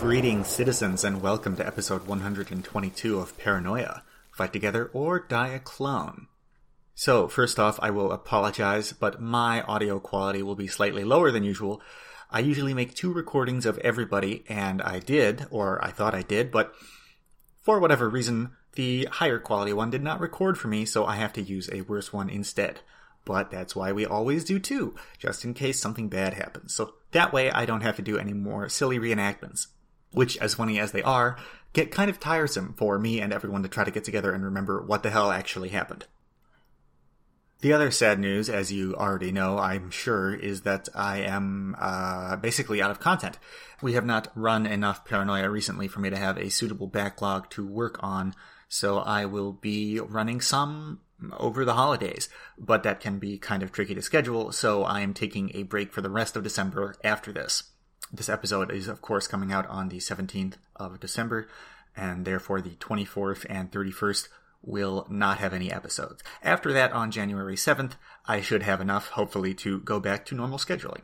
Greetings, citizens, and welcome to episode 122 of Paranoia Fight Together or Die a Clone. So, first off, I will apologize, but my audio quality will be slightly lower than usual. I usually make two recordings of everybody, and I did, or I thought I did, but for whatever reason, the higher quality one did not record for me, so I have to use a worse one instead. But that's why we always do two, just in case something bad happens. So that way I don't have to do any more silly reenactments, which, as funny as they are, get kind of tiresome for me and everyone to try to get together and remember what the hell actually happened. The other sad news, as you already know, I'm sure, is that I am uh, basically out of content. We have not run enough Paranoia recently for me to have a suitable backlog to work on, so I will be running some over the holidays, but that can be kind of tricky to schedule, so I am taking a break for the rest of December after this. This episode is, of course, coming out on the 17th of December, and therefore the 24th and 31st will not have any episodes. After that, on January 7th, I should have enough, hopefully, to go back to normal scheduling.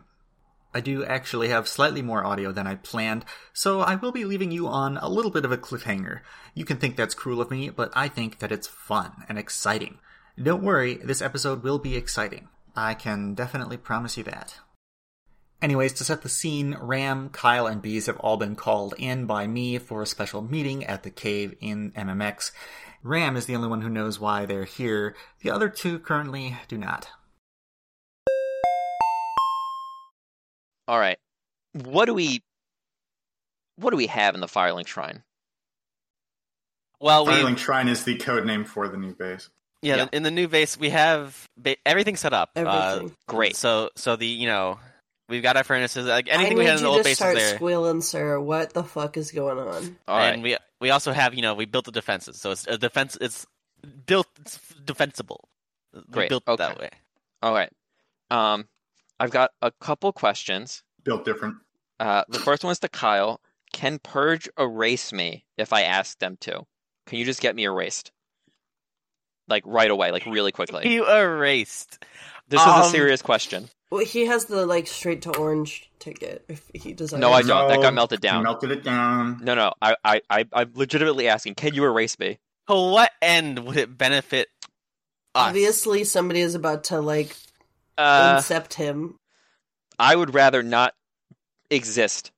I do actually have slightly more audio than I planned, so I will be leaving you on a little bit of a cliffhanger. You can think that's cruel of me, but I think that it's fun and exciting. Don't worry, this episode will be exciting. I can definitely promise you that. Anyways, to set the scene, Ram, Kyle, and Bees have all been called in by me for a special meeting at the cave in MMX. Ram is the only one who knows why they're here. The other two currently do not. All right. What do we what do we have in the Firelink Shrine? Well, we Firelink Shrine is the code name for the new base. yeah, Yeah. in the new base we have ba- everything set up. Uh, Everything. Great. so so the you know we've got our furnaces like I anything we need had in you the old to base is start there, squealing, sir. What the fuck is going on? All right. and we we also have you know we built the defenses, so it's a defense. It's built it's defensible. We Great, built it that okay. way. All right. Um I've got a couple questions. Built different. Uh the first one's to Kyle. Can Purge erase me if I ask them to? Can you just get me erased? Like right away, like really quickly. You erased. This is a Um, serious question. Well, he has the like straight to orange ticket. If he desires. No, Oh, I don't. That No, got melted You down. melted it down. No, no. I, I, I, I'm legitimately asking. Can you erase me? To what end would it benefit us? Obviously, somebody is about to like Uh, incept him. I would rather not exist.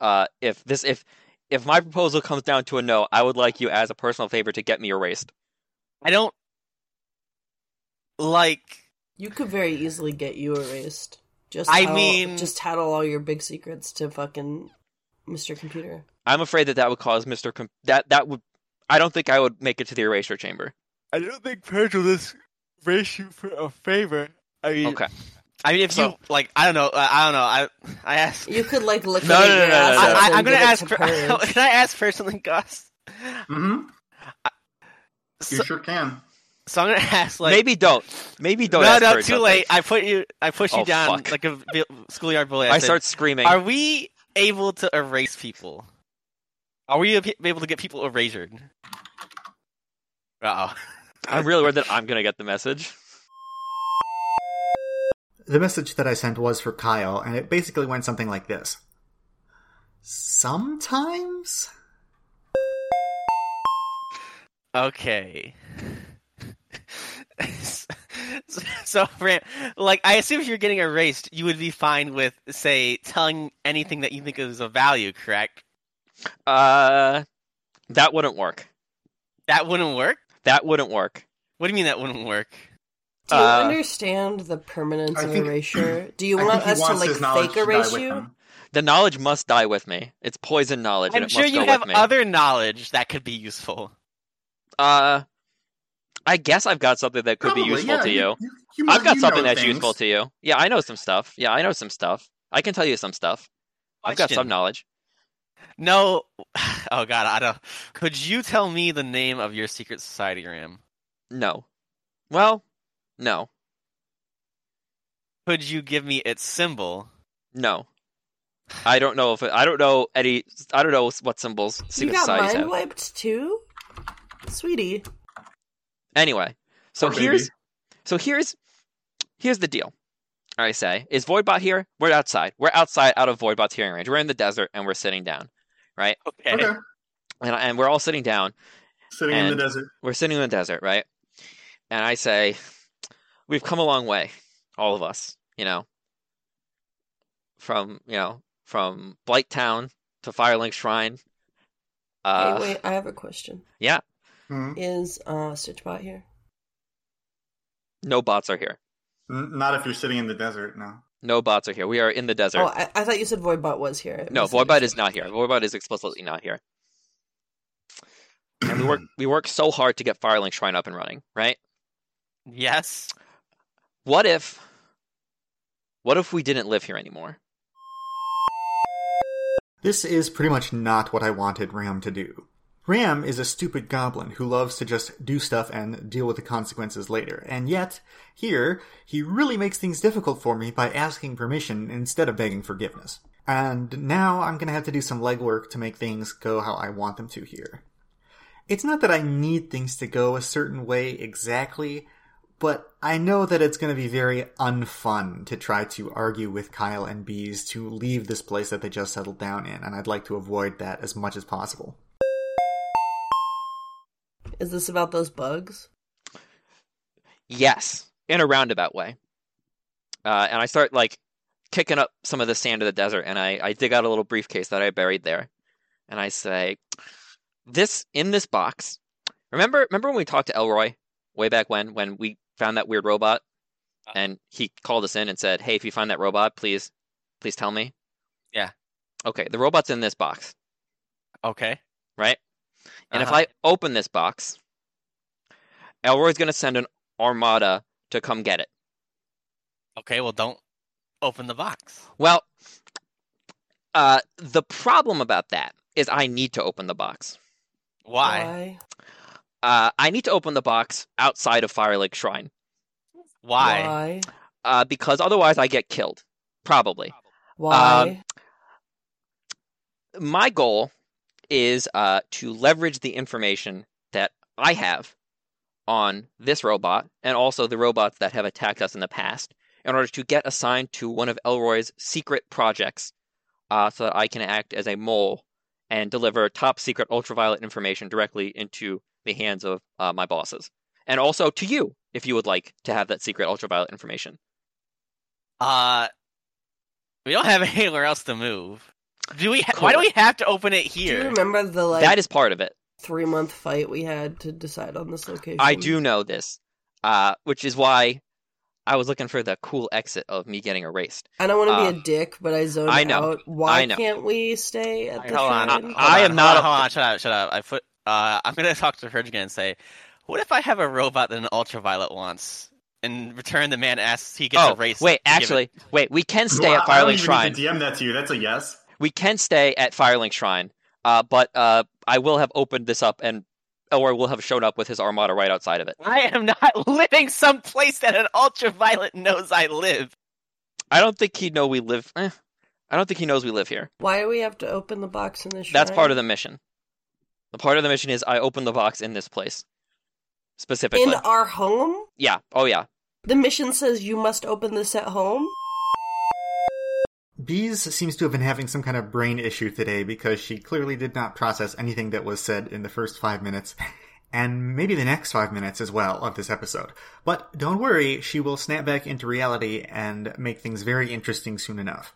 Uh, if this if if my proposal comes down to a no, I would like you as a personal favor to get me erased. I don't like. You could very easily get you erased. Just I tattle- mean- just tattle all your big secrets to fucking Mr. Computer. Com- I'm afraid that that would cause Mr. Com- that that would I don't think I would make it to the erasure chamber. I don't think Purge will just race you for a favor. I mean, Okay. I mean, if you So- like, I don't know. I, I don't know. I I ask. You could like liquidate No, no, no, your no, no, I, no. assets. I, and I'm gonna give it ask. to For, Purge. can I ask for something, Gus? Mm-hmm. You So- sure can. So I'm gonna ask. Like, maybe don't. Maybe don't. no, ask no, Purge too something. late. I put you. I push you Oh, down fuck. like a bu- schoolyard bully. I said, start screaming. Are we able to erase people? Are we ab- able to get people erasured? Uh oh. I'm really worried that I'm gonna get the message. The message that I sent was for Kyle, and it basically went something like this Sometimes? Okay. so, so Ram, like, I assume if you're getting erased, you would be fine with, say, telling anything that you think is of value, correct? Uh, that wouldn't work. That wouldn't work? That wouldn't work. What do you mean that wouldn't work? Do you uh, understand the permanence I of think- erasure? Do you I think want he us to wants like his knowledge fake to die erase with you? him. The knowledge must die with me. It's poison knowledge, and I'm it sure must you go have with me. other knowledge that could be useful. Uh, I guess I've got something that could be Probably, useful yeah, to you. you I've got you something know that's things. useful to you. Yeah, I know some stuff. Yeah, I know some stuff. I can tell you some stuff. I've got some Question. knowledge. No. Oh, God, I don't. Could you tell me the name of your secret society, Ram? No. Well, no. Could you give me its symbol? No. I don't know if it, I don't know any I don't know what symbols You secret got societies mind have. wiped too, sweetie. Anyway, so Or maybe. here's so here's here's the deal. I say, is Voidbot here? We're outside. We're outside out of Voidbot's hearing range. We're in the desert and we're sitting down. right? Okay. Okay. And, and we're all sitting down. Sitting in And- the desert. We're sitting in the desert, right? And I say, we've come a long way, all of us, you know, from, you know, from Blight Town to Firelink Shrine. Uh, hey, wait, I have a question. Mm, Is uh, Stitchbot here? No bots are here. n- Mm-hmm. Not if you're sitting in the desert, no. No bots are here. We are in the desert. Oh, I, I thought you said Voidbot was here. I no, Voidbot misunderstood. is not here. Voidbot is explicitly not here. And we work we work so hard to get Firelink Shrine up and running, right? Yes. What if what if we didn't live here anymore? This is pretty much not what I wanted Ram to do. Ram is a stupid goblin who loves to just do stuff and deal with the consequences later, and yet, here, he really makes things difficult for me by asking permission instead of begging forgiveness. And now I'm gonna have to do some legwork to make things go how I want them to here. It's not that I need things to go a certain way exactly, but I know that it's going to be very unfun to try to argue with Kyle and Bees to leave this place that they just settled down in, and I'd like to avoid that as much as possible. Is this about those bugs? Yes, in a roundabout way. Uh, and I start like kicking up some of the sand of the desert, and I, I dig out a little briefcase that I buried there, and I say, "This in this box. Remember, remember when we talked to Elroy way back when, when we found that weird robot, Uh-huh. and he called us in and said, "Hey, if you find that robot, please, please tell me." Yeah. Okay, the robot's in this box. Okay. And Uh-huh. if I open this box, Elroy's going to send an armada to come get it. Okay. Well, don't open the box. Well, uh, the problem about that is I need to open the box. Why? Uh, I need to open the box outside of Fire Lake Shrine Why? Why? uh, because otherwise I get killed. Probably. Um, Why? My goal is uh, to leverage the information that I have on this robot and also the robots that have attacked us in the past in order to get assigned to one of Elroy's secret projects uh, so that I can act as a mole and deliver top secret ultraviolet information directly into the hands of uh, my bosses. And also to you, if you would like to have that secret ultraviolet information. Uh, we don't have anywhere else to move. Do we? Ha- Why do we have to open it do you here? remember the like that is part of it. three month fight we had to decide on this location? I do know this, uh, which is why I was looking for the cool exit of me getting erased. I don't want to Uh, be a dick, but I zoned I know. out. Why I know. can't we stay at the Hold on. shrine? hold I on, am hold not on, a- Hold on. Shut up. Shut up. I put. Uh, I'm gonna talk to Herge again and say, "What if I have a robot that an ultraviolet wants?" In return, the man asks he gets oh, erased. wait, to give it- actually, wait, we can stay Well, at I- I don't Firelink even Shrine. need to DM that to you. That's a yes. we can stay at Firelink Shrine, uh, but uh, I will have opened this up and Elroy will have shown up with his armada right outside of it. I am not living someplace that an ultraviolet knows I live. I don't think he'd know we live. Eh, I don't think he knows we live here. Why do we have to open the box in the shrine? That's part of the mission. The part of the mission is I open the box in this place specifically. in our home. yeah. Oh yeah. The mission says you must open this at home. Bees seems to have been having some kind of brain issue today because she clearly did not process anything that was said in the first five minutes, and maybe the next five minutes as well of this episode. But don't worry, she will snap back into reality and make things very interesting soon enough.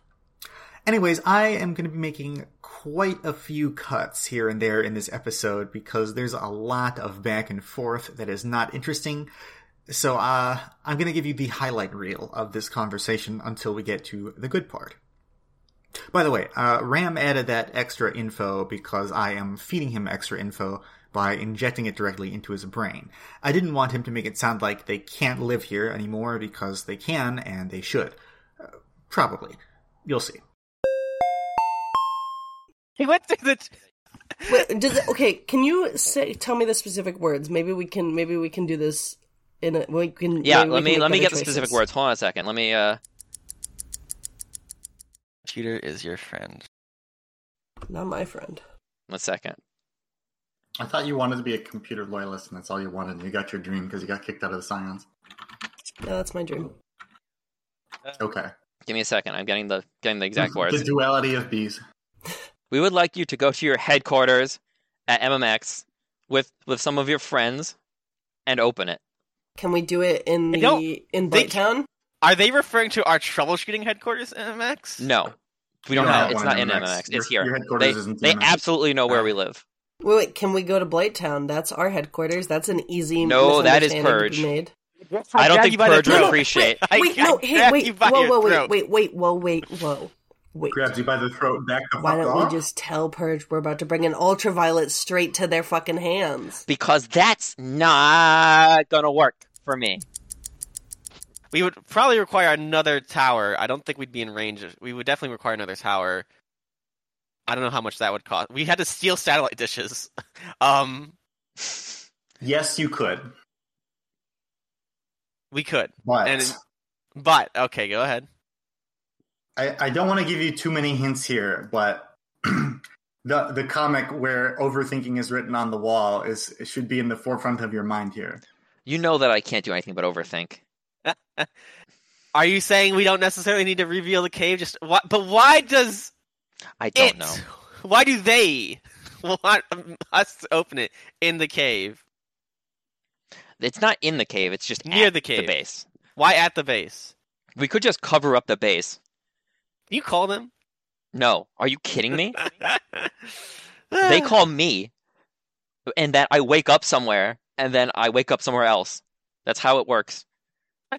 Anyways, I am going to be making quite a few cuts here and there in this episode because there's a lot of back and forth that is not interesting. So uh, I'm going to give you the highlight reel of this conversation until we get to the good part. By the way, uh, Ram added that extra info because I am feeding him extra info by injecting it directly into his brain. I didn't want him to make it sound like they can't live here anymore because they can and they should. Uh, probably. You'll see. He went through the. Wait, does it, okay? Can you say tell me the specific words? Maybe we can maybe we can do this in a we can Yeah. maybe let we can me make let me better get the choices. specific words. Hold on a second. Let me. Uh, Computer is your friend. Not my friend. one second. I thought you wanted to be a computer loyalist, and that's all you wanted. and You got your dream because you got kicked out of the science. No, that's my dream. Okay. Give me a second. I'm getting the getting the exact The words. duality of bees. We would like you to go to your headquarters at MMX with with some of your friends and open it. Can we do it in I don't- the in they- Butt Town? Are they referring to our troubleshooting headquarters, MX? No, we don't You have. have It's one not in in MMX. MMX. Your- It's here. your headquarters they, is in they MMX. absolutely know where we live. Wait, wait, can we go to Blighttown? That's our headquarters. That's an easy No, that is misunderstanding Purge. to be made. I don't grab think you by the Purge would throat. appreciate. I wait, got- no, hey, grab wait, you by whoa, your whoa, wait, throat. wait, wait, whoa, wait, whoa, wait. Grabs you by the throat, back the Why fuck don't off. we just tell Purge we're about to bring an ultraviolet straight to their fucking hands? because that's not gonna work for me. We would probably require another tower. I don't think we'd be in range. Of, we would definitely require another tower. I don't know how much that would cost. We had to steal satellite dishes. Um, Yes, you could. we could, But And- but okay, go ahead. I, I don't want to give you too many hints here, but the the comic where overthinking is written on the wall is should be in the forefront of your mind here. You know that I can't do anything but overthink. Are you saying we don't necessarily need to reveal the cave? Just why, but why does I don't it? know. Why do they want us to open it in the cave It's not in the cave. It's just near at the cave? base. Why at the base? We could just cover up the base. Can you call them? No, are you kidding me? they call me, and that I wake up somewhere, and then I wake up somewhere else. That's how it works.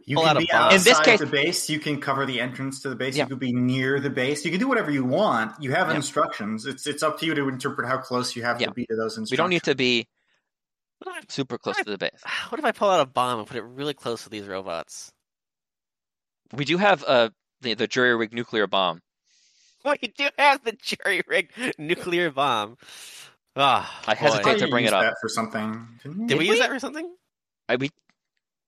You Pull out can a be bomb. outside In this case- the base. You can cover the entrance to the base. Yeah. You could be near the base. You can do whatever you want. You have Yeah. instructions. It's it's up to you to interpret how close you have Yeah. to be to those instructions. We don't need to be super close to the base. What if I pull out a bomb and put it really close to these robots? We do have uh, the, the jury rig nuclear bomb. Well, you do have the jury rigged nuclear bomb. Ah, I boy. I hesitate thought to you bring it up. used that for something. didn't Did we you? use that for something? I we,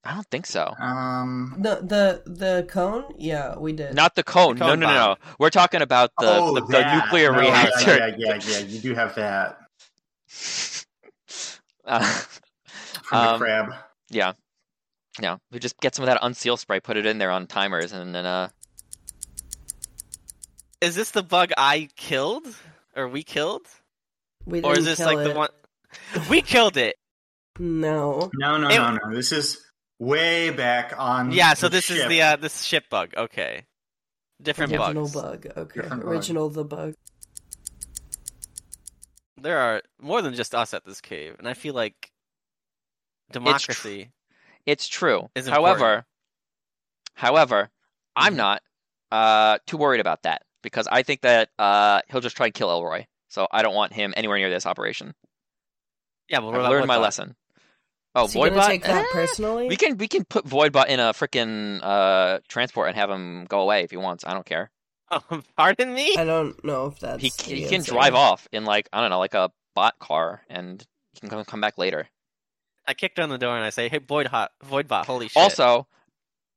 I don't think so. Um, The the the cone? Yeah, we did. Not the cone. The no, cone no, no, no. We're talking about the oh, the, the that. nuclear No, reactor. Yeah, yeah, yeah, yeah. You do have that Uh, from the Um, crab. yeah, yeah. We just get some of that unseal spray, put it in there on timers, and then uh, Is this the bug I killed or we killed, we didn't or is this kill like it. the one we killed it? No. No, no, It- no, no. This is way back on. Yeah, so the this is ship. the uh, this ship bug. Okay, different Original bugs. bug. Okay. Different bug. Original the bug. There are more than just us at this cave, and I feel like democracy. it's true. It's however, important. however, I'm Mhm. not uh too worried about that because I think that uh he'll just try and kill Elroy. So I don't want him anywhere near this operation. yeah, but what I've about learned my Woodbot? lesson. Oh, Is he gonna Voidbot. take that Eh, personally? We can we can put Voidbot in a freaking uh transport and have him go away if he wants. I don't care. Oh, pardon me. I don't know if that's he the c- he can answer. drive off in like I don't know, like a bot car, and he can come come back later. I kicked on the door and I say, "Hey, Void Hot, Voidbot, holy shit!" Also,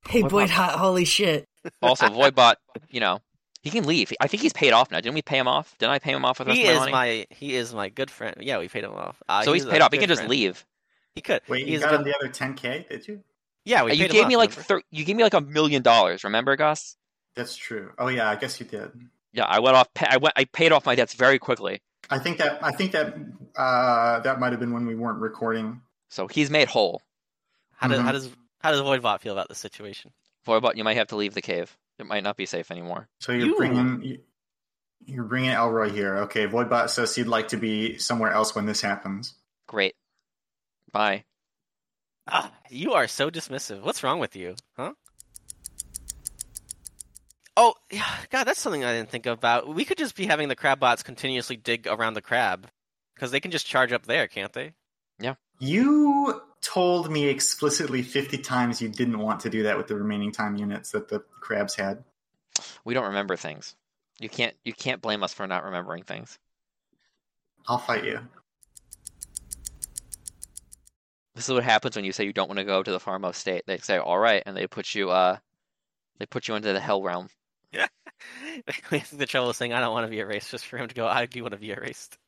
Hey What boy about- hot holy shit. also Voidbot, you know, he can leave. I think he's paid off now. Didn't we pay him off? Didn't I pay him off with the rest he of my is money? my he is my good friend. Yeah, we paid him off. Uh, so he he's was a paid off. He good can just friend. leave. He could. Wait, you He's got good- on the other 10k, did you? Yeah, we. Uh, you paid him gave off, me like remember? thir- you gave me like a million dollars. Remember, Gus? That's true. Oh yeah, I guess you did. Yeah, I went off. Pa- I went. I paid off my debts very quickly. I think that I think that uh, that might have been when we weren't recording. So he's made whole. How does Mhm. how does how does Voidbot feel about the situation? Voidbot, you might have to leave the cave. It might not be safe anymore. So you're You- bringing you- you're bringing Elroy here. Okay, Voidbot says he'd like to be somewhere else when this happens. Great. Bye. Ah, you are so dismissive. What's wrong with you, huh? Oh, yeah, God, that's something I didn't think about. We could just be having the crab bots continuously dig around the crab because they can just charge up there, can't they? You told me explicitly 50 times you didn't want to do that with the remaining time units that the crabs had. We don't remember things. You can't. You can't blame us for not remembering things. I'll fight you. this is what happens when you say you don't want to go to the farmhouse state. They say, "All right," and they put you, uh, they put you into the hell realm. the trouble is saying, "I don't want to be erased," just for him to go, "I do want to be erased."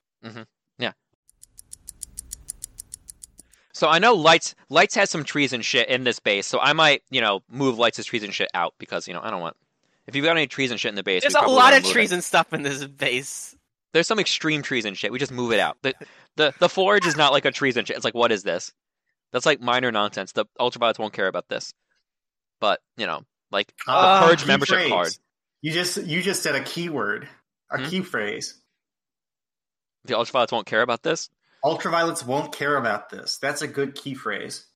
So I know lights. Lights has some trees and shit in this base, so I might, you know, move lights' trees and shit out because you know I don't want. If you've got any trees and shit in the base, There's we a probably lot wanna of move trees It. and stuff in this base. There's some extreme treason shit. We just move it out. The the the forge is not like a treason shit. It's like what is this? That's like minor nonsense. The ultraviolet won't care about this. But you know, like the Ah, purge key membership phrase. card, You just you just said a keyword, a Hmm? key phrase. the ultraviolets won't care about this. Ultraviolets won't care about this. That's a good key phrase.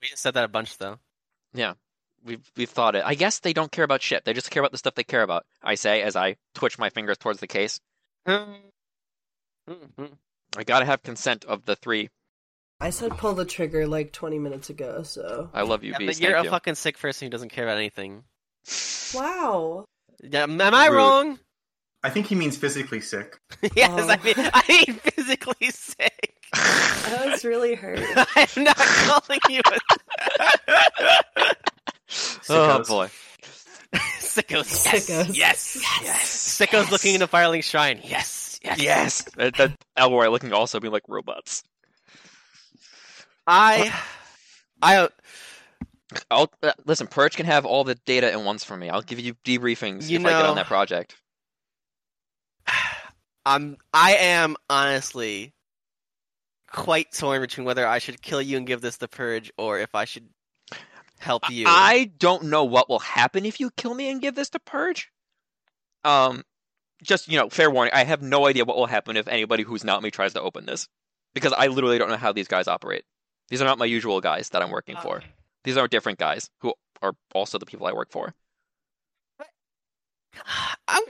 We just said that a bunch though. We've we've thought it. I guess they don't care about shit. They just care about the stuff they care about. I say as I twitch my fingers towards the case. Mm-hmm. I gotta have consent of the three. I said pull the trigger like 20 minutes ago, so. I love you, Yeah, beast. but you're a Thank you. fucking sick person who doesn't care about anything. Wow. Yeah, am am I Rude. wrong? I think he means physically sick. yes, Oh. I mean I mean physically sick. That was really hurt. I'm not calling you a oh Sickos. boy. sickos. Yes. Sickos. Yes. Yes. Sickos looking into Firelink Shrine. Yes. Yes. Yes. that, that Elroy looking also be like robots. I. I. I'll uh, listen. Purge can have all the data at once for me. I'll give you debriefings You if I get know- on that project. I'm. I am honestly quite torn between whether I should kill you and give this the purge, or if I should help you. I don't know what will happen if you kill me and give this to Purge. Um, just you know, fair warning. I have no idea what will happen if anybody who's not me tries to open this, because I literally don't know how these guys operate. These are not my usual guys that I'm working for. These are different guys who are also the people I work for. I'm.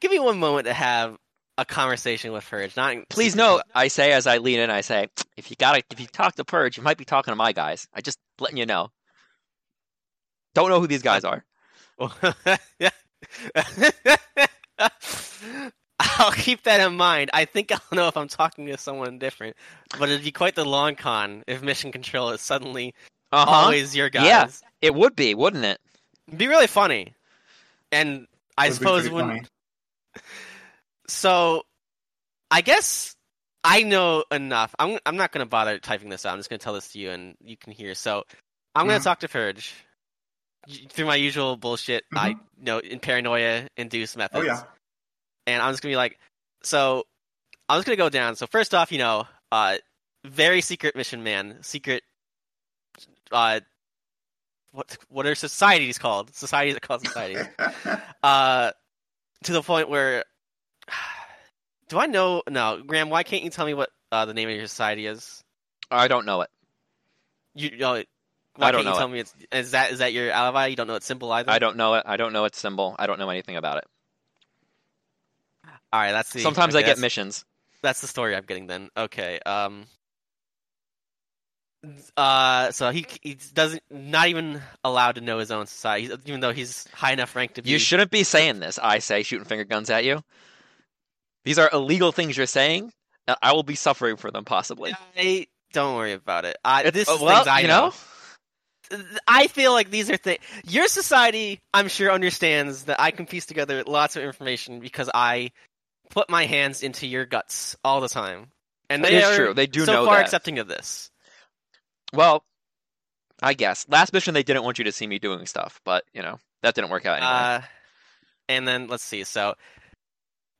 Give me one moment to have a conversation with Purge. Not Please know, I say as I lean in, I say, if you gotta, if you talk to Purge, you might be talking to my guys. I just letting you know. Don't know who these guys are. I'll keep that in mind. I think I'll know if I'm talking to someone different, but it'd be quite the long con if Mission Control is suddenly Uh huh. always your guys. Yeah. It would be, wouldn't it? It'd be really funny, and I Would be suppose pretty when funny. so, I guess I know enough. I'm I'm not gonna bother typing this out. I'm just gonna tell this to you, and you can hear. So, I'm gonna Mhm. talk to Purge Y- through my usual bullshit. I know in paranoia induced Mm-hmm. Oh methods yeah. and I'm just gonna be like, so I'm just gonna go down. So first off, you know, uh, very secret mission man, secret, uh, what what are societies called? Societies are called societies. uh, to the point where, do I know? No, Graham, why can't you tell me what uh, the name of your society is? I don't know it. You, you know, why don't can't you know tell me it's is that is that your alibi? You don't know its symbol either. I don't know it. I don't know its symbol. I don't know anything about it. All right, that's the, Sometimes okay, I get that's- missions. That's the story I'm getting then. Okay. Um. Uh. So he he doesn't not even allowed to know his own society, he's- even though he's high enough rank to be. You shouldn't be saying this. I say, shooting finger guns at you. These are illegal things you're saying. and I will be suffering for them possibly. I- don't worry about it. I It's- this uh, is well, things I you know. I feel like these are things. Your society, I'm sure, understands that I can piece together lots of information because I put my hands into your guts all the time, and they It's are true. They do so know far that. accepting of this. Well, I guess last mission they didn't want you to see me doing stuff, but you know that didn't work out anyway. Uh, and then let's see. So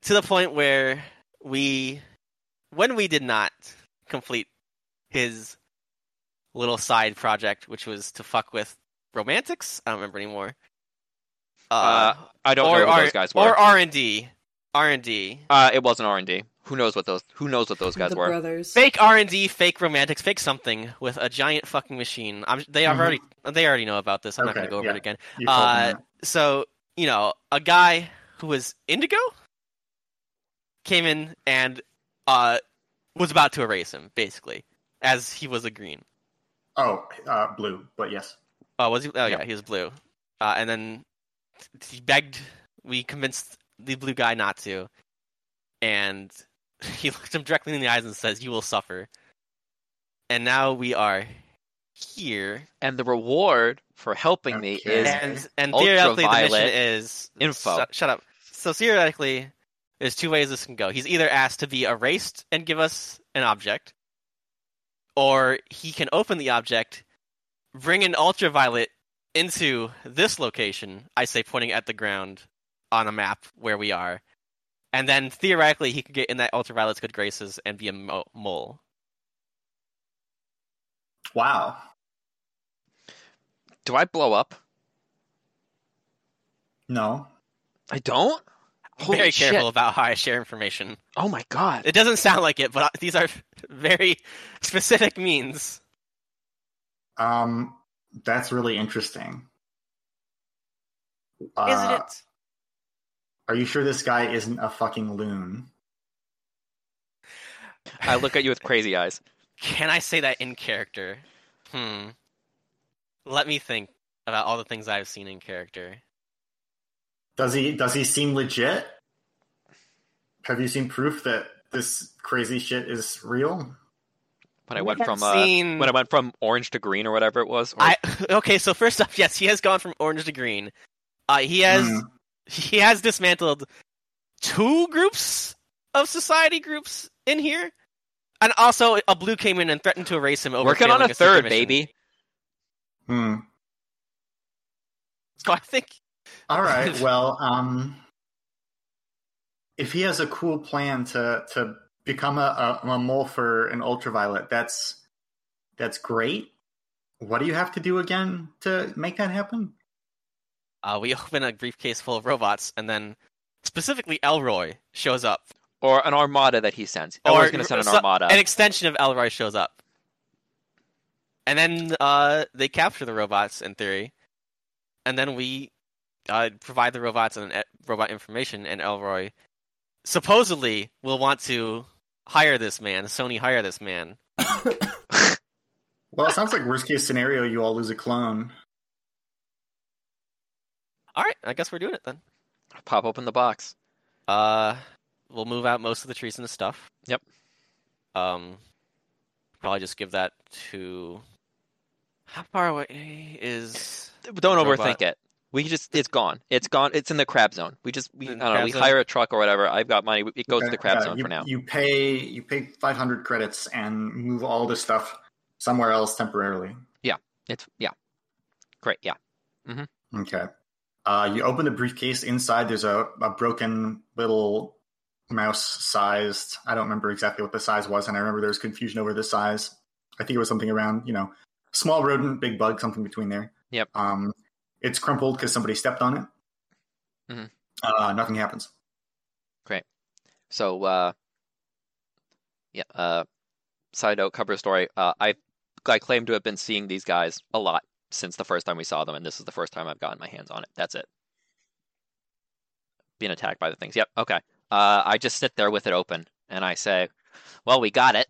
to the point where we, when we did not complete his little side project, which was to fuck with romantics. I don't remember anymore. Uh, I don't or, know who R- those guys were. or R and D, R and D, uh, it wasn't R and D. Who knows what those? Who knows what those guys the were? brothers. fake R and D, fake romantics, fake something with a giant fucking machine. I'm, they have Mhm. already they already know about this. I'm not Okay, gonna go over yeah. it again. You told me Uh, that. so you know, a guy who was indigo came in and uh, was about to erase him, basically, as he was a green. oh, uh, blue, but yes. Oh, was he? Oh, Yeah. yeah, he was blue. Uh, and then he begged. We convinced the blue guy not to, and he looked him directly in the eyes and says, "You will suffer." And now we are here, And the reward for helping me Okay. is and and theoretically the mission ultraviolet is info. Shut, shut up. So theoretically, there's two ways this can go. He's either asked to be erased and give us an object, or he can open the object, bring an ultraviolet into this location. I say pointing at the ground on a map where we are, and then theoretically he could get in that ultraviolet's good graces and be a mo- mole. Wow. Do I blow up? No. I don't. Holy very shit. careful about how I share information. Oh my god. It doesn't sound like it, but uh, these are very specific means. Um, that's really interesting. Uh, Isn't it? Are you sure this guy isn't a fucking loon? I look at you with crazy eyes. Can I say that in character? Hmm. Let me think about all the things I've seen in character. Does he does he seem legit? Have you seen proof that this crazy shit is real? When I We went have from uh, seen- when I went from orange to green or whatever it was. or- I okay. So first off, yes, he has gone from orange to green. Uh, he has Hmm. he has dismantled two groups of society groups in here, and also a blue came in and threatened to erase him over working on failing a secret third, mission. baby. Hmm. So I think All right. Well, um, if he has a cool plan to to become a, a, a mole for an ultraviolet, that's that's great. What do you have to do again to make that happen? uh, we open a briefcase full of robots, and then specifically Elroy shows up, Or an armada that he sends. Or- Or he's going to send an so- armada. an extension of Elroy shows up, and then uh, they capture the robots in theory, and then we uh, provide the robots and uh, robot information, and Elroy supposedly will want to hire this man. Sony hire this man. Well, it sounds like worst case scenario, you all lose a clone. All right, I guess we're doing it then. Pop open the box. Uh, we'll move out most of the trees and the stuff. Yep. Um, probably just give that to. How far away is? Don't Robot. overthink it. We just it's gone. It's gone. It's in the crab zone. We just we, I don't In the know. crab We zone? hire a truck or whatever. I've got money. It goes to the crab Yeah, zone Uh, you, for now. You pay you pay five hundred credits and move all this stuff somewhere else temporarily. It's yeah. Great. Yeah. Okay. Uh, you open the briefcase. Inside, there's a, a broken little mouse sized. I don't remember exactly what the size was, and I remember there was confusion over the size. I think it was something around, you know, small rodent, big bug, something between there. Yep. Um, it's crumpled because somebody stepped on it. Mhm. Uh, nothing happens. So uh yeah, uh side note cover story. Uh I I claim to have been seeing these guys a lot since the first time we saw them and this is the first time I've gotten my hands on it. That's it. Being attacked by the things. Yep, okay. Uh I just sit there with it open and I say, "Well, we got it."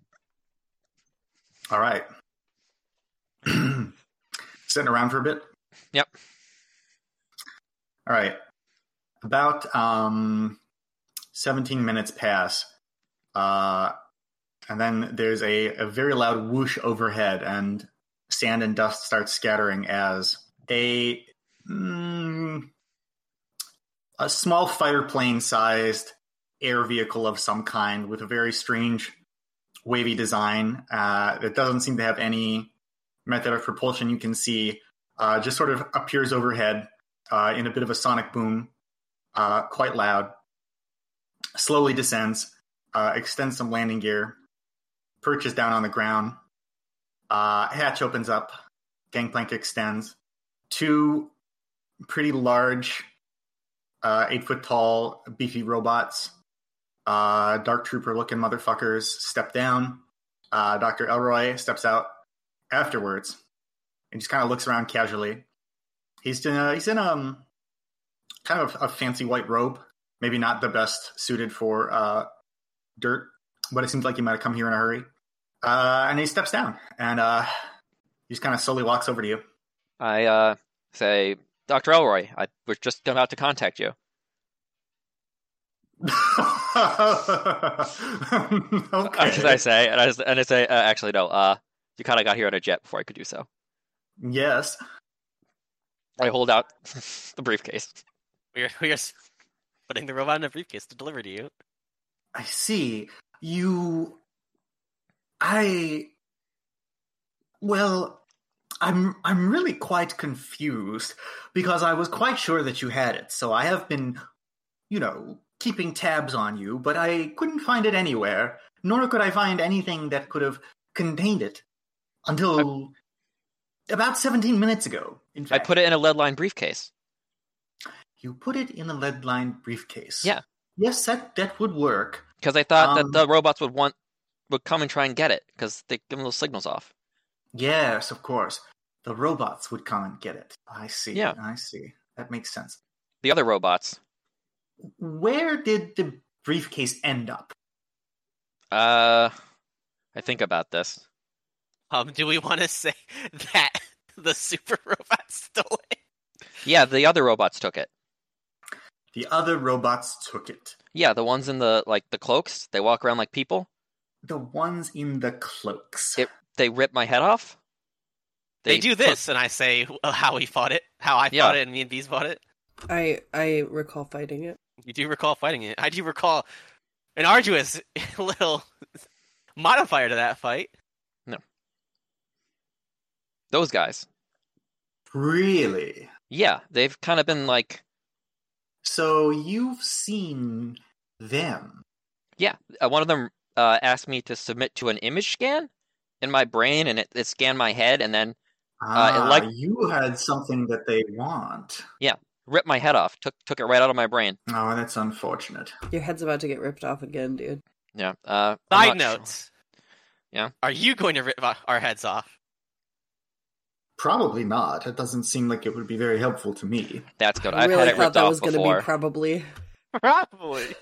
All right. Sitting around for a bit? Yep. All right. About um, 17 minutes pass. Uh, and then there's a, a very loud whoosh overhead, and sand and dust start scattering as a, mm, a small fighter plane sized air vehicle of some kind with a very strange wavy design uh, that doesn't seem to have any method of propulsion you can see uh, just sort of appears overhead uh, in a bit of a sonic boom uh, quite loud slowly descends uh, extends some landing gear perches down on the ground uh, hatch opens up gangplank extends two pretty large uh, eight foot tall beefy robots uh, dark trooper looking motherfuckers step down. Uh, Dr. Elroy steps out afterwards and just kind of looks around casually. He's in a, he's in um kind of a fancy white robe, maybe not the best suited for uh, dirt, but it seems like he might have come here in a hurry. Uh, and he steps down and uh, he just kind of slowly walks over to you. I uh say, "Dr. Elroy, I was just about to contact you." Uh, okay. should I say? And I s- and I say, uh, "Actually no. Uh you kind of got here on a jet before I could do so." Yes. I hold out the briefcase. We're we're s- putting the robot in a briefcase to deliver to you. I see. You. I. Well, I'm I'm really quite confused because I was quite sure that you had it. So I have been, you know, keeping tabs on you, but I couldn't find it anywhere, nor could I find anything that could have contained it until about 17 minutes ago. In I fact, put it in a lead line briefcase. You put it in a lead line briefcase. Yeah. Yes, that, that would work. Because I thought that Um, the robots would want would come and try and get it because they give them those signals off. Yes, of course. The robots would come and get it. I see. Yeah. I see. That makes sense. The other robots. Where did the briefcase end up? Uh, I think about this. Um, do we want to say that the super robot stole it? Yeah, the other robots took it. The other robots took it. Yeah, the ones in the like the cloaks. They walk around like people. The ones in the cloaks. It- They rip my head off. They, do put- this, and I say uh, how we fought it, how I Yeah. fought it, and me and Bees fought it. I I recall fighting it. You do recall fighting it. I do recall an arduous little modifier to that fight. those guys. Really? Yeah, they've kind of been like So you've seen them. uh, one of them uh, asked me to submit to an image scan in my brain, and it, it scanned my head and then Uh, Ah, it like- you had something that they want. ripped my head off. took took it right out of my brain. Oh, that's unfortunate. Your head's about to get ripped off again, dude. Yeah. Uh, Side I'm not sure. notes. Yeah. Are you going to rip our heads off? Probably not. It doesn't seem like it would be very helpful to me. That's good. I I've really had it thought ripped that off was going to before. be probably. Probably.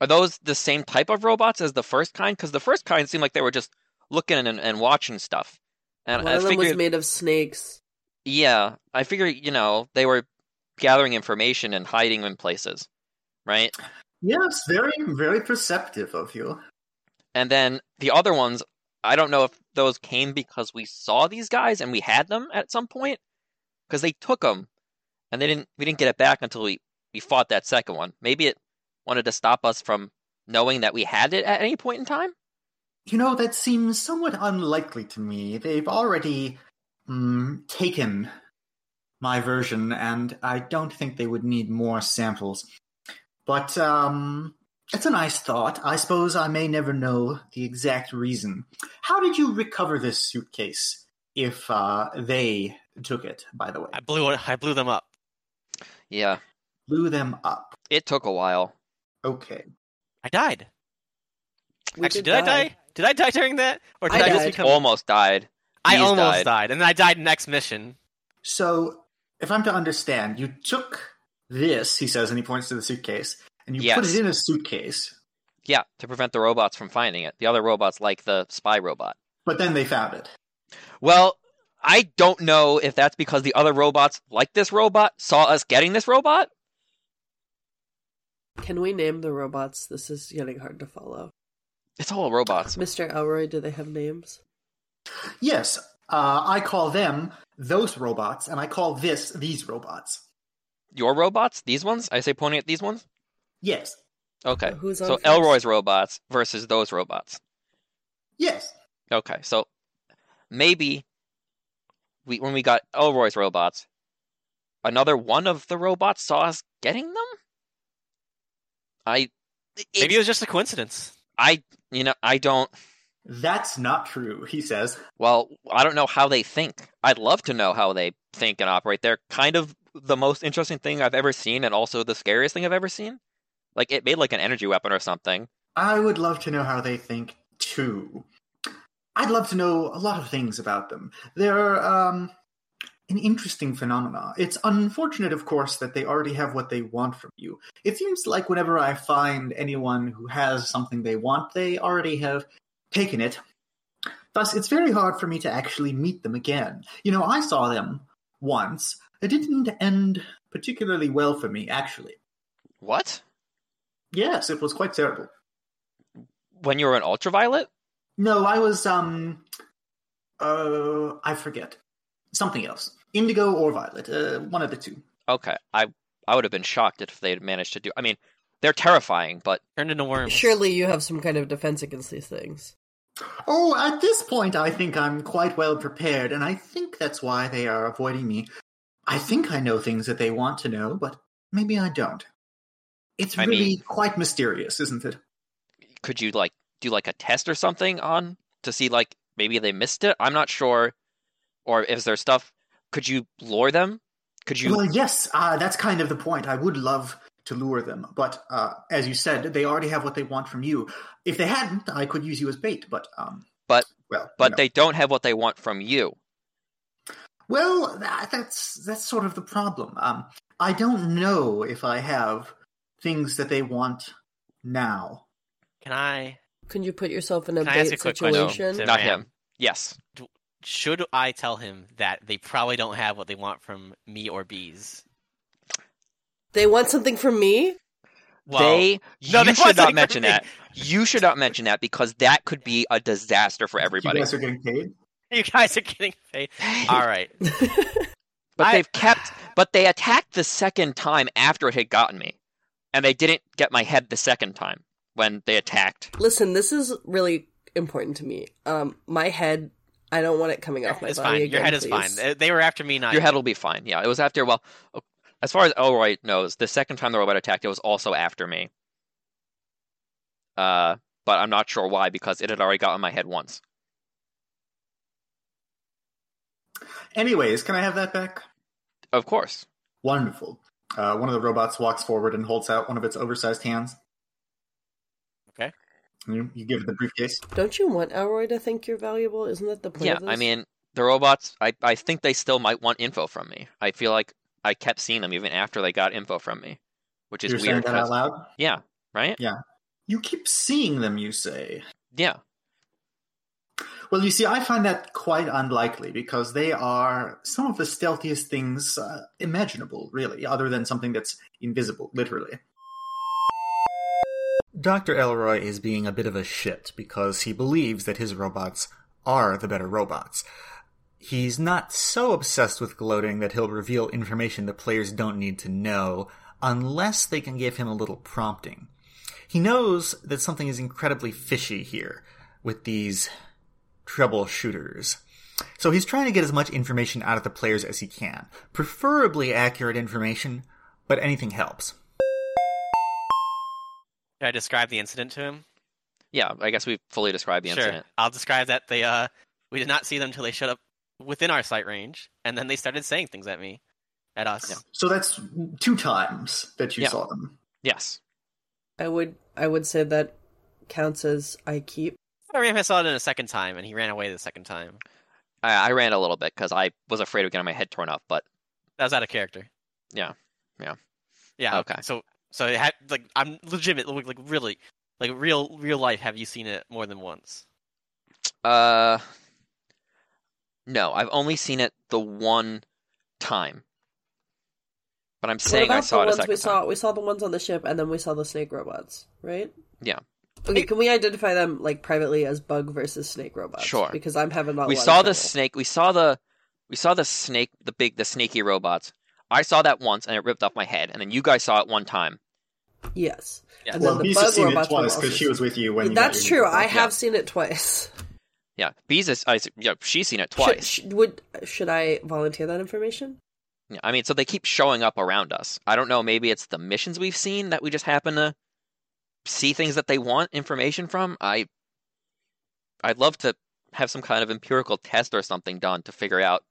Are those the same type of robots as the first kind? Because the first kind seemed like they were just looking and, and watching stuff. And One I of them figured, was made of snakes. yeah, I figure you know they were gathering information and hiding in places, right? yes, very, very perceptive of you. And then the other ones, I don't know if those came because we saw these guys and we had them at some point, because they took them, and they didn't. We didn't get it back until we we fought that second one. Maybe it wanted to stop us from knowing that we had it at any point in time. You know, that seems somewhat unlikely to me. They've already mm, taken my version, and I don't think they would need more samples. But um, it's a nice thought. I suppose I may never know the exact reason. How did you recover this suitcase if uh, they took it, by the way? I blew it. I blew them up. Yeah, Blew them up. it took a while. Okay. I died. We Actually, did, I die? Did I die during that, or did I I, just died. become? almost died. I Bees almost died. and then I died next mission. So, if I'm to understand, you took this, he says, and he points to the suitcase, and you put Yes. it in a suitcase, Yeah, to prevent the robots from finding it. The other robots, like the spy robot. but then they found it. Well, I don't know if that's because the other robots, like this robot, saw us getting this robot. Can we name the robots? This is getting hard to follow. It's all robots. Mr. Elroy, do they have names? Yes, uh, I call them those robots, and I call this these robots. Your robots, these ones. I say pointing at these ones. Yes, Okay. Who's on So first? Elroy's robots versus those robots. yes. Okay. So maybe we when we got Elroy's robots, another one of the robots saw us getting them. I Maybe it was just a coincidence. I you know I don't That's not true, he says. well I don't know how they think. I'd love to know how they think and operate. They're kind of the most interesting thing I've ever seen and also the scariest thing I've ever seen. Like it made like an energy weapon or something. I would love to know how they think, too. I'd love to know a lot of things about them. They're um, an interesting phenomena. It's unfortunate, of course, that they already have what they want from you. It seems like whenever I find anyone who has something they want, they already have taken it. Thus, it's very hard for me to actually meet them again. You know, I saw them once. It didn't end particularly well for me, actually. What? Yes, it was quite terrible. When you were an ultraviolet? No, I was um uh I forget. Something else. Indigo or violet, uh, one of the two. Okay, I I would have been shocked if they had managed to do. I mean, they're terrifying, but Turned into worms. Surely you have some kind of defense against these things. Oh, at this point I think I'm quite well prepared and I think that's why they are avoiding me. I think I know things that they want to know, but maybe I don't. It's I really mean- quite mysterious, isn't it? could you like do like a test or something on to see like maybe they missed it? I'm not sure. Or is there stuff? Could you lure them? Could you? Well, yes, uh, that's kind of the point. I would love to lure them, but uh, as you said, they already have what they want from you. If they hadn't, I could use you as bait, but um, But- well, but no. they don't have what they want from you. well, that, that's that's sort of the problem. Um, I don't know if I have things that they want now. Can I? Could you put yourself in a Can I ask bait a quick question? situation? No. Not I him. am. Yes. Should I tell him that they probably don't have what they want from me or bees? They want something from me. Well, they. no, you they should not want something mention from me. that. You should not mention that because that could be a disaster for everybody. You guys are getting paid. you guys are getting paid. All right. but I- they've kept. But they attacked the second time after it had gotten me, and they didn't get my head the second time when they attacked. Listen, this is really important to me. Um, my head. I don't want it coming off my It's body fine. again. Your head is please. fine. They- They were after me, not Your you. head will be fine. Yeah, it was after. Well, as far as Elroy knows, the second time the robot attacked, it was also after me. Uh, but I'm not sure why because it had already gotten my head once. Anyways, can I have that back? Of course. Wonderful. Uh, one of the robots walks forward and holds out one of its oversized hands. Okay. You, you give it the briefcase. Don't you want Elroy to think you're valuable? Isn't that the point? yeah, of this? I mean the robots. I I think they still might want info from me. I feel like I kept seeing them even after they got info from me, which is You're saying weird. that out 'cause- loud. Yeah. Right. You keep seeing them, you say. Yeah. Well, you see, I find that quite unlikely because they are some of the stealthiest things uh, imaginable, really, other than something that's invisible, literally. Dr. Elroy is being a bit of a shit because he believes that his robots are the better robots. He's not so obsessed with gloating that he'll reveal information the players don't need to know unless they can give him a little prompting. He knows that something is incredibly fishy here with these troubleshooters. So he's trying to get as much information out of the players as he can, preferably accurate information, but anything helps. Should I describe the incident to him? Yeah. I guess we fully described the sure. incident. I'll describe that they uh we did not see them until they showed up within our sight range, and then they started saying things at me, at us. Yeah. So that's two times that you Yeah. saw them. Yes. I would. I would say that counts as I keep. I remember I saw it in a second time, and he ran away the second time. I, I ran a little bit because I was afraid of getting my head torn off, but That was out of character. Yeah. Yeah. Yeah. Okay. So so it had like I'm legitimate like like, really like real real life. Have you seen it more than once? Uh, no, I've only seen it the one time. But I'm saying what about I saw the it a ones second we time. saw? We saw the ones on the ship, and then we saw the snake robots, right? Yeah. Okay, can we identify them like privately as bug versus snake robots? Sure. Because I'm having a lot. We of saw the trouble. snake. We saw the we saw the snake, the big, the snaky robots. I saw that once, and it ripped off my head. And then you guys saw it one time. Yes. Yeah. And well, then the Beast has bug seen it robots were twice also because she was with you when you got That's your true. new I robot. have seen it ttwice. Yeah, bees is. I, s- yeah, she's seen it twice. Should, sh- would should I volunteer that information? Yeah, I mean, so they keep showing up around us. I don't know. Maybe it's the missions we've seen that we just happen to see things that they want information from. I, I'd love to have some kind of empirical test or something done to figure out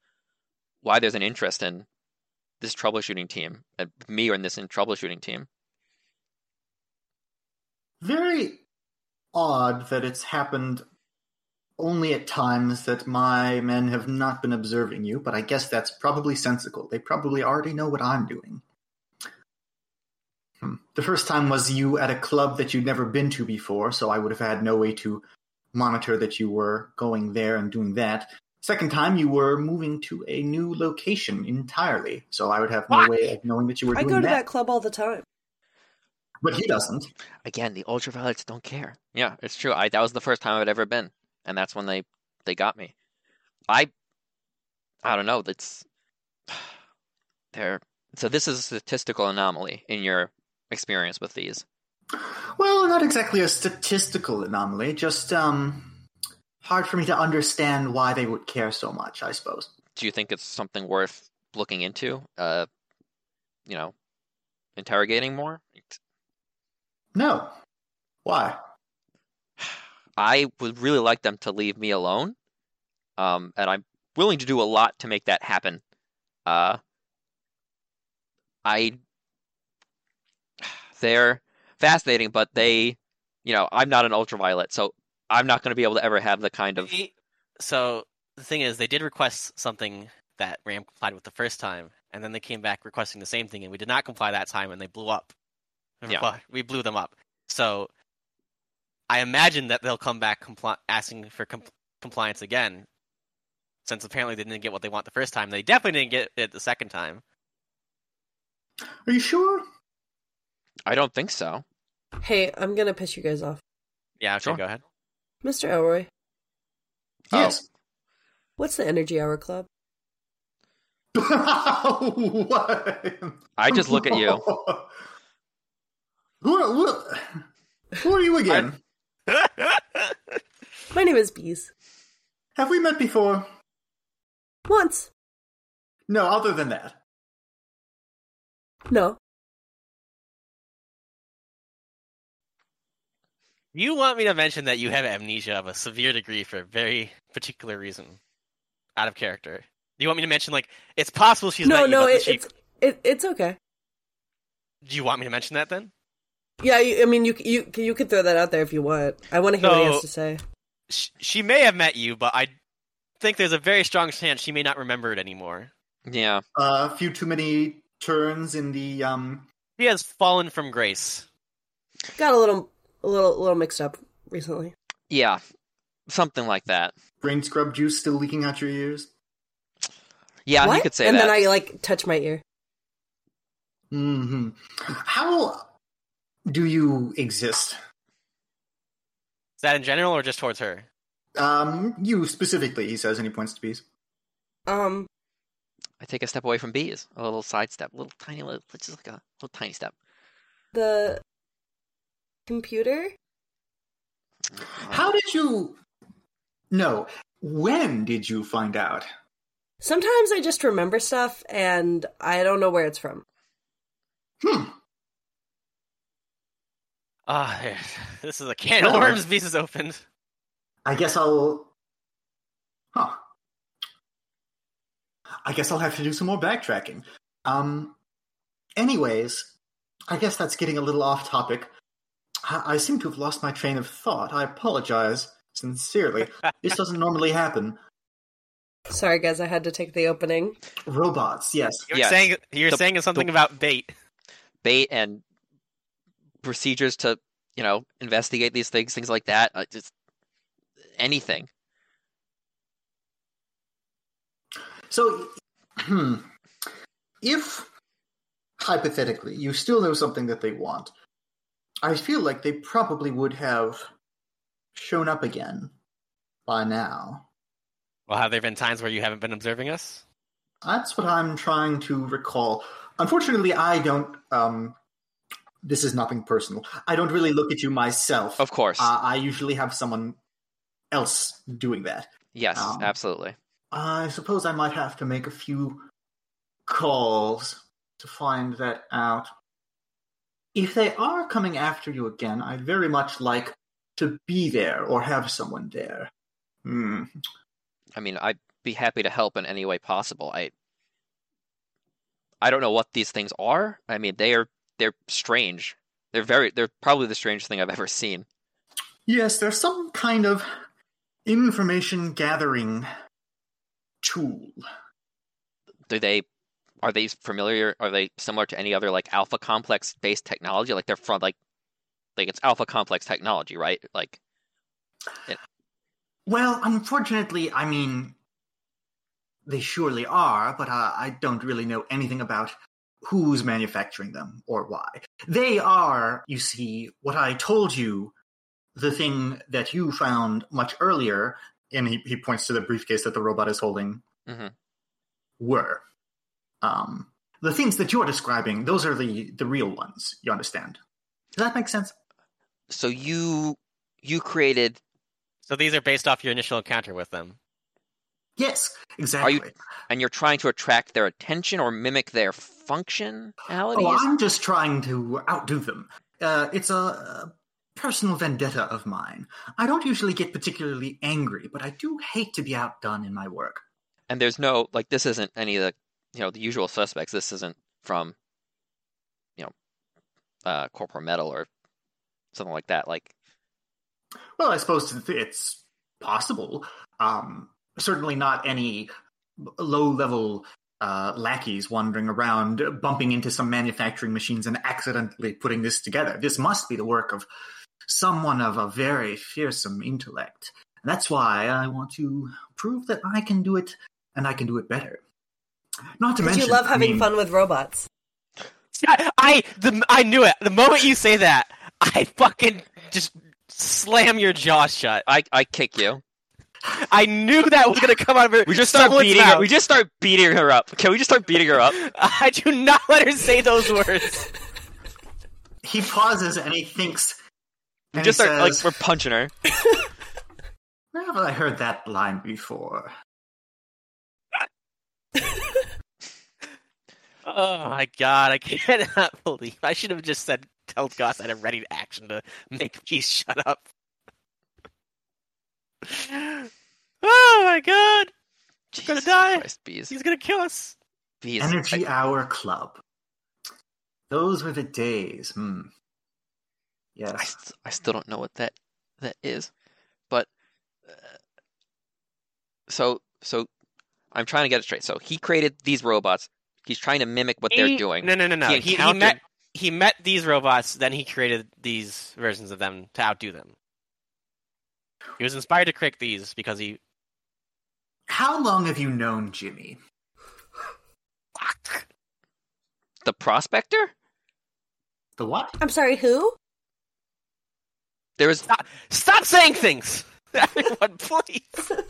why there's an interest in this troubleshooting team, uh, me or in this in troubleshooting team. Very odd that it's happened only at times that my men have not been observing you, but I guess that's probably sensical. They probably already know what I'm doing. Hmm. The first time was you at a club that you'd never been to before, so I would have had no way to monitor that you were going there and doing that. Second time, you were moving to a new location entirely, so I would have no What? way of knowing that you were I doing go to that. that club all the time. But he doesn't. Again, the ultraviolets don't care. Yeah, it's true. I that was the first time I'd ever been, and that's when they they got me. I, I don't know. That's there. So this is a statistical anomaly in your experience with these. Well, not exactly a statistical anomaly, just um hard for me to understand why they would care so much, I suppose. Do you think it's something worth looking into? Uh, you know, interrogating more. No. Why? I would really like them to leave me alone, um, and I'm willing to do a lot to make that happen. Uh, I they're fascinating, but they, you know, I'm not an ultraviolet, so I'm not going to be able to ever have the kind of They- So the thing is, they did request something that Ram complied with the first time, and then they came back requesting the same thing, and we did not comply that time, and they blew up. Yeah. Well, we blew them up. So I imagine that they'll come back compli- asking for compl- compliance again, since apparently they didn't get what they want the first time. They definitely didn't get it the second time. Are you sure? I don't think so. Hey, I'm gonna piss you guys off, Yeah, okay, Sure. go ahead. Mr. Elroy. Oh. Yes. What's the Energy Hour Club? what? I just look at you. Who, who, who are you again? My name is Bees. Have we met before? Once. No, other than that. No. you want me to mention that you have amnesia of a severe degree for a very particular reason, out of character. You want me to mention like it's possible she's met no, you, no, but it, she it's it, it's okay. Do you want me to mention that then? Yeah, you, I mean, you c- you c- you could throw that out there if you want. I want to hear what he So- has to say. She, she may have met you, but I think there's a very strong chance she may not remember it anymore. Yeah. A few too many turns in the um. She has fallen from grace. Got a little a little little mixed up recently. Yeah. Something like that. Brain scrub juice still leaking out your ears. Yeah, what? you could say and that. then I like touch my ear. hmm How do you exist? Is that in general or just towards her? Um, you specifically, he says, and he points to bees. Um, I take a step away from bees, a little side step, little tiny, little, just like a little tiny step. the computer. How did you? No, when did you find out? Sometimes I just remember stuff and I don't know where it's from. Hmm. Ah, this is a can of No. worms. Beast is opened. I guess I'll. Huh. I guess I'll have to do some more backtracking. Um. Anyways, I guess that's getting a little off topic. I, I seem to have lost my train of thought. I apologize sincerely. this doesn't normally happen. Sorry, guys, I had to take the opening. Robots, yes. You're Yes. saying you're The- saying something about bait. Bait and procedures to, you know, investigate these things, things like that. Uh, just anything. So, hmm, if hypothetically you still know something that they want, I feel like they probably would have shown up again by now. Well, have there been times where you haven't been observing us? That's what I'm trying to recall. Unfortunately, I don't. Um, this is nothing personal. I don't really look at you myself. Of course. Uh, I usually have someone else doing that. yes, um, absolutely. I suppose I might have to make a few calls to find that out. If they are coming after you again, I'd very much like to be there or have someone there. Hmm. I mean, I'd be happy to help in any way possible. I I don't know what these things are. I mean, they are they're strange. They're very they're probably the strangest thing I've ever seen. Yes, there's some kind of information gathering tool. Do they are they familiar? Are they similar to any other like alpha complex based technology? Like they're from like like it's alpha complex technology, right? Like Well, unfortunately, I mean, they surely are, but uh, I don't really know anything about who's manufacturing them or why. They are, you see, what I told you, the thing that you found much earlier, and he, he points to the briefcase that the robot is holding, Mhm. were. Um, the things that you're describing, those are the, the real ones, you understand? Does that make sense? so you you created So these are based off your initial encounter with them. Yes, exactly. and you're trying to attract their attention or mimic their functionalities. Oh, I'm just trying to outdo them. Uh, it's a personal vendetta of mine. I don't usually get particularly angry, but I do hate to be outdone in my work. And there's no like this isn't any of the you know the usual suspects. This isn't from you know uh, Corporal Metal or something like that. Like Well, I suppose it's- it's possible. Um, certainly not any low level uh, lackeys wandering around, bumping into some manufacturing machines and accidentally putting this together. This must be the work of someone of a very fearsome intellect. That's why I want to prove that I can do it and I can do it better. Not to Because mention, you love I having mean- fun with robots. I, I, the, I knew it. The moment you say that, I fucking just slam your jaw shut. I I kick you. I knew that was gonna come out of her. We just start someone's beating her. mouth. We just start beating her up. Can we just start beating her up? I do not let her say those words. He pauses and he thinks. We and just he start like says, we're punching her. Where have I heard that line before? Oh my god, I cannot believe. I should have just said, "Tell Goss I had a ready to action to make me shut up." Oh my god, Jesus gonna die. Christ, bees. he's gonna kill us. Bees. Energy I- Hour Club. Those were the days. Hmm. I, Yes. st- I still don't know what that that is, but uh, so so I'm trying to get it straight. So he created these robots. He's trying to mimic what they're He- doing. No, no, no, no. He He, he encountered- met he met these robots, then he created these versions of them to outdo them. He was inspired to create these because he. How long have you known Jimmy? Fuck. The prospector? The what? I'm sorry, who? There was Stop, stop saying things, everyone, please.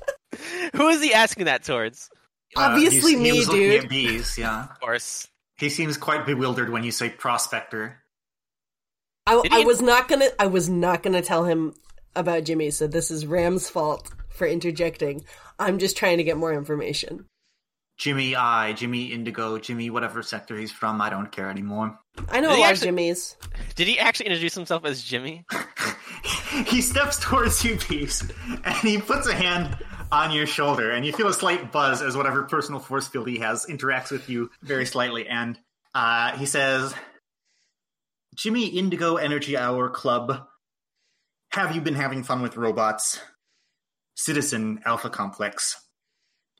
Who is he asking that towards? Obviously Uh, he's- he me, was looking dude. at bees, yeah. Of course. He seems quite bewildered when you say prospector. I, Did I he- was not gonna. I was not gonna tell him about Jimmy. So this is Ram's fault for interjecting. I'm just trying to get more information. Jimmy I, Jimmy Indigo, Jimmy whatever sector he's from, I don't care anymore. I know Did a he lot of actually- Jimmys. Did he actually introduce himself as Jimmy? he steps towards you, Bees, and he puts a hand on your shoulder, and you feel a slight buzz as whatever personal force field he has interacts with you very slightly. And uh, he says, Jimmy Indigo Energy Hour Club, have you been having fun with robots? Citizen Alpha Complex,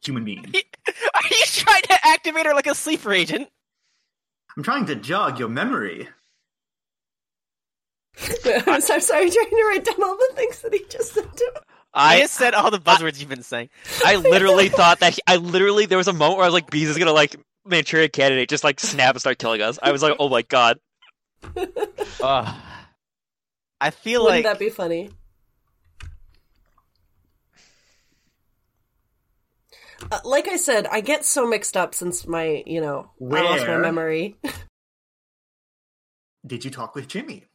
human being. Are you trying to activate her like a sleeper agent? I'm trying to jog your memory. I'm so sorry. I'm trying to write down all the things that he just said to me. I I just said all the buzzwords you've been saying. I literally thought that he, I literally there was a moment where I was like bees is gonna like Manchurian candidate just like snap and start killing us. I was like oh my god. Ugh. I feel Wouldn't like that be funny? Uh, like I said, I get so mixed up since my, you know, I lost my Where? memory. Did you talk with Jimmy?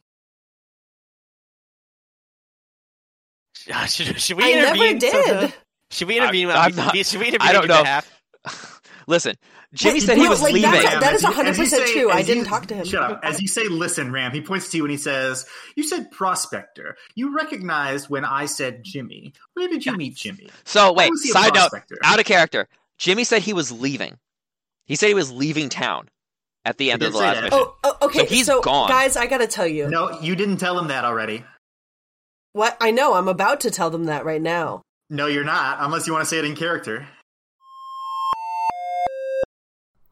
Uh, should, should we I intervene? never so did. that- should we intervene? I'm- on I'm be- not- be- should we intervene? I on don't your know. behalf? Listen, Jimmy Wait, said he no, was like, leaving. that's a- that Ram, as you- as is 100% you say- true. I as you- didn't talk to him. Shut up. As you say, listen, Ram, he points to you and he says, You said prospector. You recognized when I said Jimmy. Where did you meet Jimmy? So Why wait, was he a side note, prospector? out of character. Jimmy said he was leaving. He said he was leaving town at the end He of the did say last that. mission. Oh, oh, okay. So he's gone. guys. I gotta tell you No, you didn't tell him that already. what I know. I'm about to tell them that right now. No, you're not, unless you want to say it in character.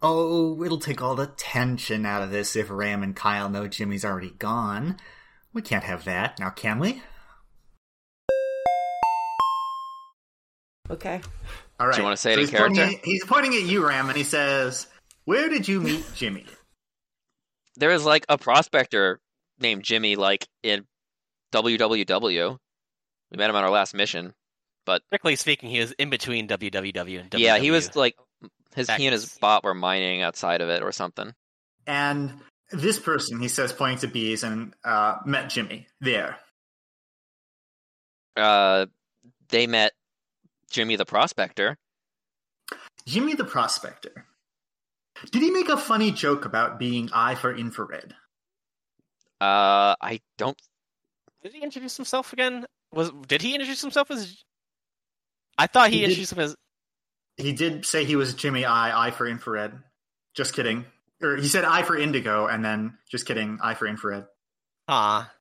Oh, it'll take all the tension out of this if Ram and Kyle know Jimmy's already gone. We can't have that, now can we? Okay. All right. you wanna say it in he's pointing character? at- he's pointing at you, Ram, and he says, Where did you meet Jimmy? There was like a prospector named Jimmy, like in WWW. We met him on our last mission. Strictly speaking, he was in between WWW and E. WW. Yeah, he was like his he and his Tactics. bot were mining outside of it or something. And this person, he says, pointing to bees, and uh, met Jimmy there. Uh, they met Jimmy the prospector. Jimmy the prospector. Did he make a funny joke about being eye for infrared? Uh, I don't. Did he introduce himself again? Was did he introduce hlimself as? I thought he, He did. introduced him as. He did say he was Jimmy I, I for infrared. Just kidding. Or he said I for indigo, and then just kidding, I for infrared. Ah.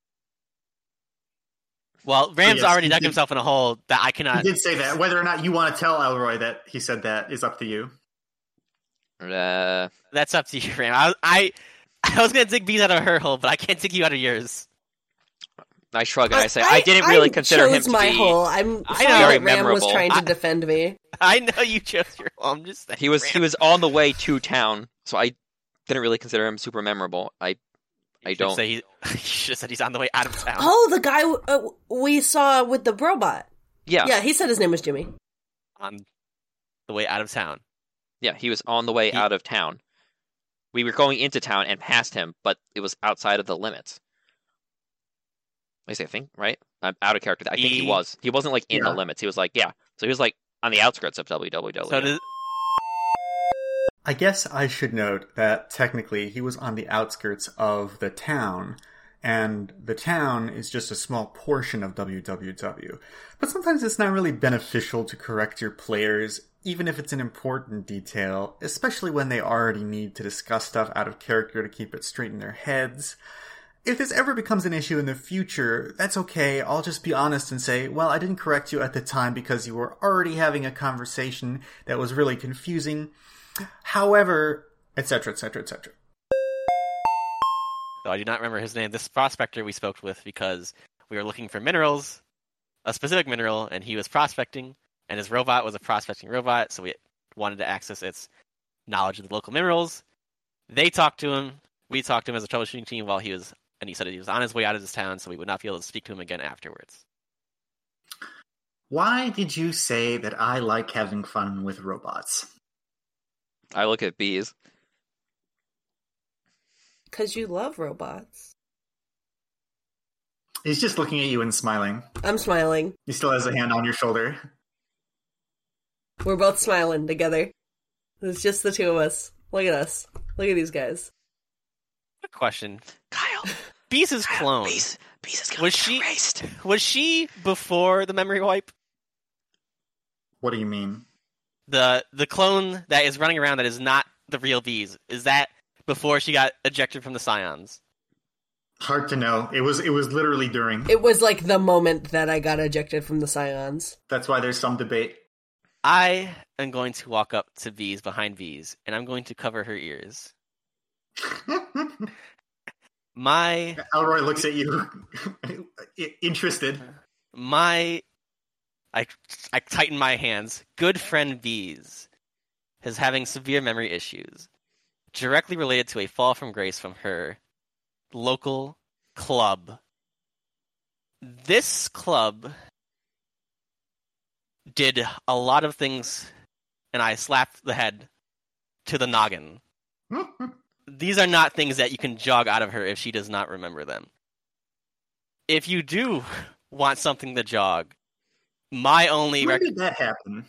Well, Rams Yes, already he dug did. himself in a hole that I Uh, cannot. He did say that. Whether or not you want to tell Elroy that he said that is up to you. Uh, That's up to you, Ram. I, I, I was gonna dig bees out of her hole, but I can't dig you out of yours. I shrug and I, say I, didn't really consider him chose to my be. hole. I'm I sorry know. Very that Ram memorable. was trying to I- defend me. I know you chose your hole. I'm just saying. He was Ram. he was on the way to town, so I didn't really consider him super memorable. I I You should don't- Say he, you should have said he's on the way out of town. Oh, the guy uh, we saw with the robot. yeah, Yeah. yeah he said his name was Jimmy. On the way out of town. he was on the way He- out of town. We were going into town and past him, but it was outside of the limits. At least I think right. I'm out of character. I think he He- was. He wasn't like in the Yeah. limits. He was like yeah. So he was like on the outskirts of E. WWW. So does, I guess I should note that technically he was on the outskirts of the town, and the town is just a small portion of WWW. But sometimes it's not really beneficial to correct your players, even if it's an important detail, especially when they already need to discuss stuff out of character to keep it straight in their heads. If this ever becomes an issue in the future, that's okay. I'll just be honest and say, well, I didn't correct you at the time because you were already having a conversation that was really confusing. However, etc., etc., etc. though I do not remember his name. This prospector we spoke with because we were looking for minerals, a specific mineral, and he was prospecting, and his robot was a prospecting robot, so we wanted to access its knowledge of the local minerals. They talked to him. We talked to him as a troubleshooting team while he was, and he said that he was on his way out of this town, so we would not be able to speak to him again afterwards. Why did you say that I like having fun with robots? I look at bees. Because you love robots. He's just looking at you and smiling. I'm smiling. He still has a hand on your shoulder. We're both smiling together. It's just the two of us. Look at us. Look at these guys. Quick question: Kyle, Beast's clone bees, bees is gonna Was get she- erased. was she before the memory wipe? What do you mean? The the clone that is running around that is not the real bees is that before she got ejected from the scions? Hard to know. It was it was literally during. It was like the moment that I got ejected from the Scions. That's why there's some debate. I am going to walk up to V's behind V's, and I'm going to cover her ears. My Elroy looks at you, i- interested. my, I I tighten my hands. Good friend V's is having severe memory issues, directly related to a fall from grace from her local club. This club did a lot of things, and I slapped the head to the noggin. these are not things that you can jog out of her if she does not remember them. If you do want something to jog, my only When rec- did that happen?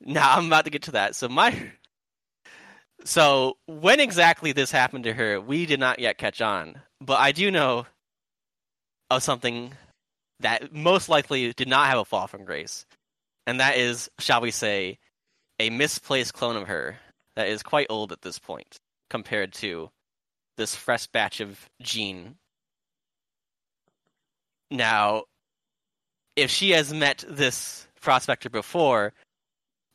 now I'm about to get to that. So my so when exactly this happened to her, we did not yet catch on, but I do know of something that most likely did not have a fall from grace, and that is, shall we say, a misplaced clone of her that is quite old at this point compared to this fresh batch of Jean. Now, if she has met this prospector before,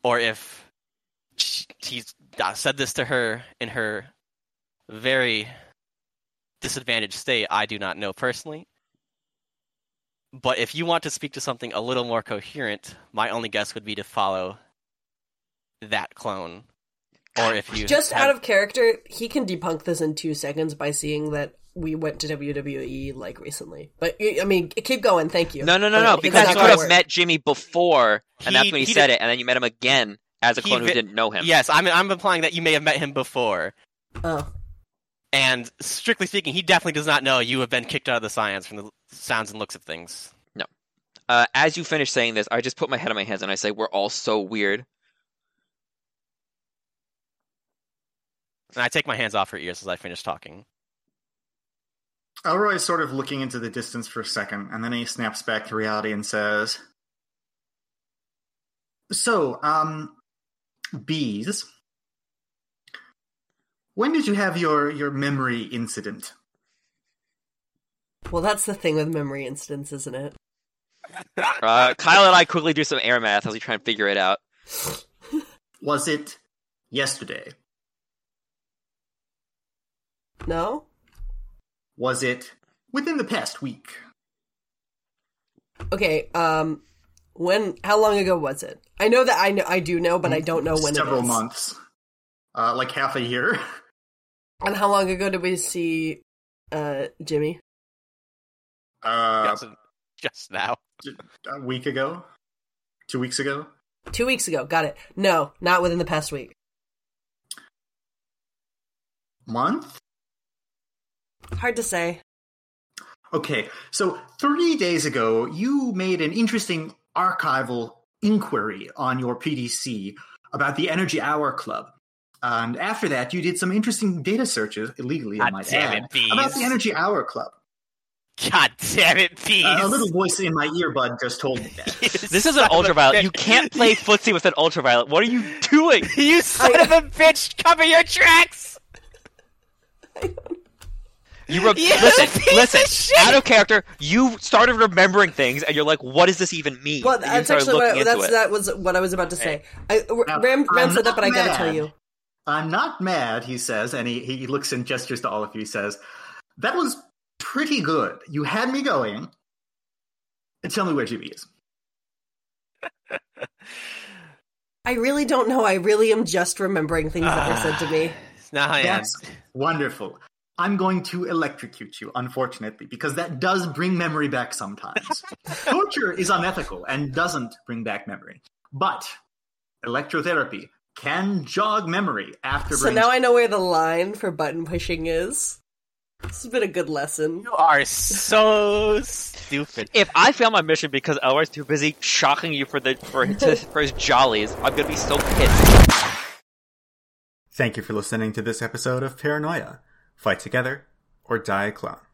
or if sh- he's uh, said this to her in her very disadvantaged state, I do not know personally. But if you want to speak to something a little more coherent, my only guess would be to follow that clone. Or if you Just have- out of character, he can debunk this in two seconds by seeing that we went to WWE like recently. But I mean, keep going. Thank you. No, no, no, But no. it's Because not you gonna could have work. met Jimmy before, and that's He- when he, he said did- it, and then you met him again as a He clone who vi- didn't know him. Yes, I'm I'm implying that you may have met him before. Oh, And strictly speaking, he definitely does not know you have been kicked out of the science from the sounds and looks of things. Uh, as you finish saying this, I just put my head on my hands and I say, "We're all so weird." And I take my hands off her ears as I finish talking. Elroy is sort of looking into the distance for a second, and then he snaps back to reality and says, So, um, bees, when did you have your, your memory incident? Well, that's the thing with memory incidents, isn't it? Uh, Kyle and I quickly do some air math as we try and figure it out. Was it yesterday? No? Was it within the past week? Okay, um when how long ago was it? I know that I know I do know, but I don't know when Several it is. months. Uh, like half a year. And how long ago did we see uh Jimmy? Uh, Just- just now. a week ago? Two weeks ago? Two weeks ago, got it. No, not within the past week. Month? Hard to say. Okay, so three days ago, you made an interesting archival inquiry on your PDC about the Energy Hour Club. And after that, you did some interesting data searches, illegally, I God might damn add, it, bees. about the Energy Hour Club. God damn it, Peace! Uh, a little voice in my earbud just told me that. This is an ultraviolet. You can't play footsie with an ultraviolet. What are you doing? You son of a bitch! Cover your tracks. You re- You listen, piece of listen. shit! Out of character, you started remembering things, and you're like, "What does this even mean?" Well, And you that's started actually what looking I, into that's it. that was what I was about to say. I Now, Ram I'm Ram said that, not but I got to tell mad. you. I'm not mad, he says, and he, he looks and gestures to all of you. He says, That was pretty good. You had me going. Tell me where Jimmy is. I really don't know. I really am just remembering things that were said to me. Nah, I am. That's wonderful. I'm going to electrocute you, unfortunately, because that does bring memory back sometimes. Torture is unethical and doesn't bring back memory. But electrotherapy can jog memory after So brain now I know where the line for button pushing is. This has been a good lesson. You are so stupid. If I fail my mission because Elroy's too busy shocking you for the for his, for his jollies, I'm gonna be so pissed. Thank you for listening to this episode of Paranoia. Fight together or die a clone.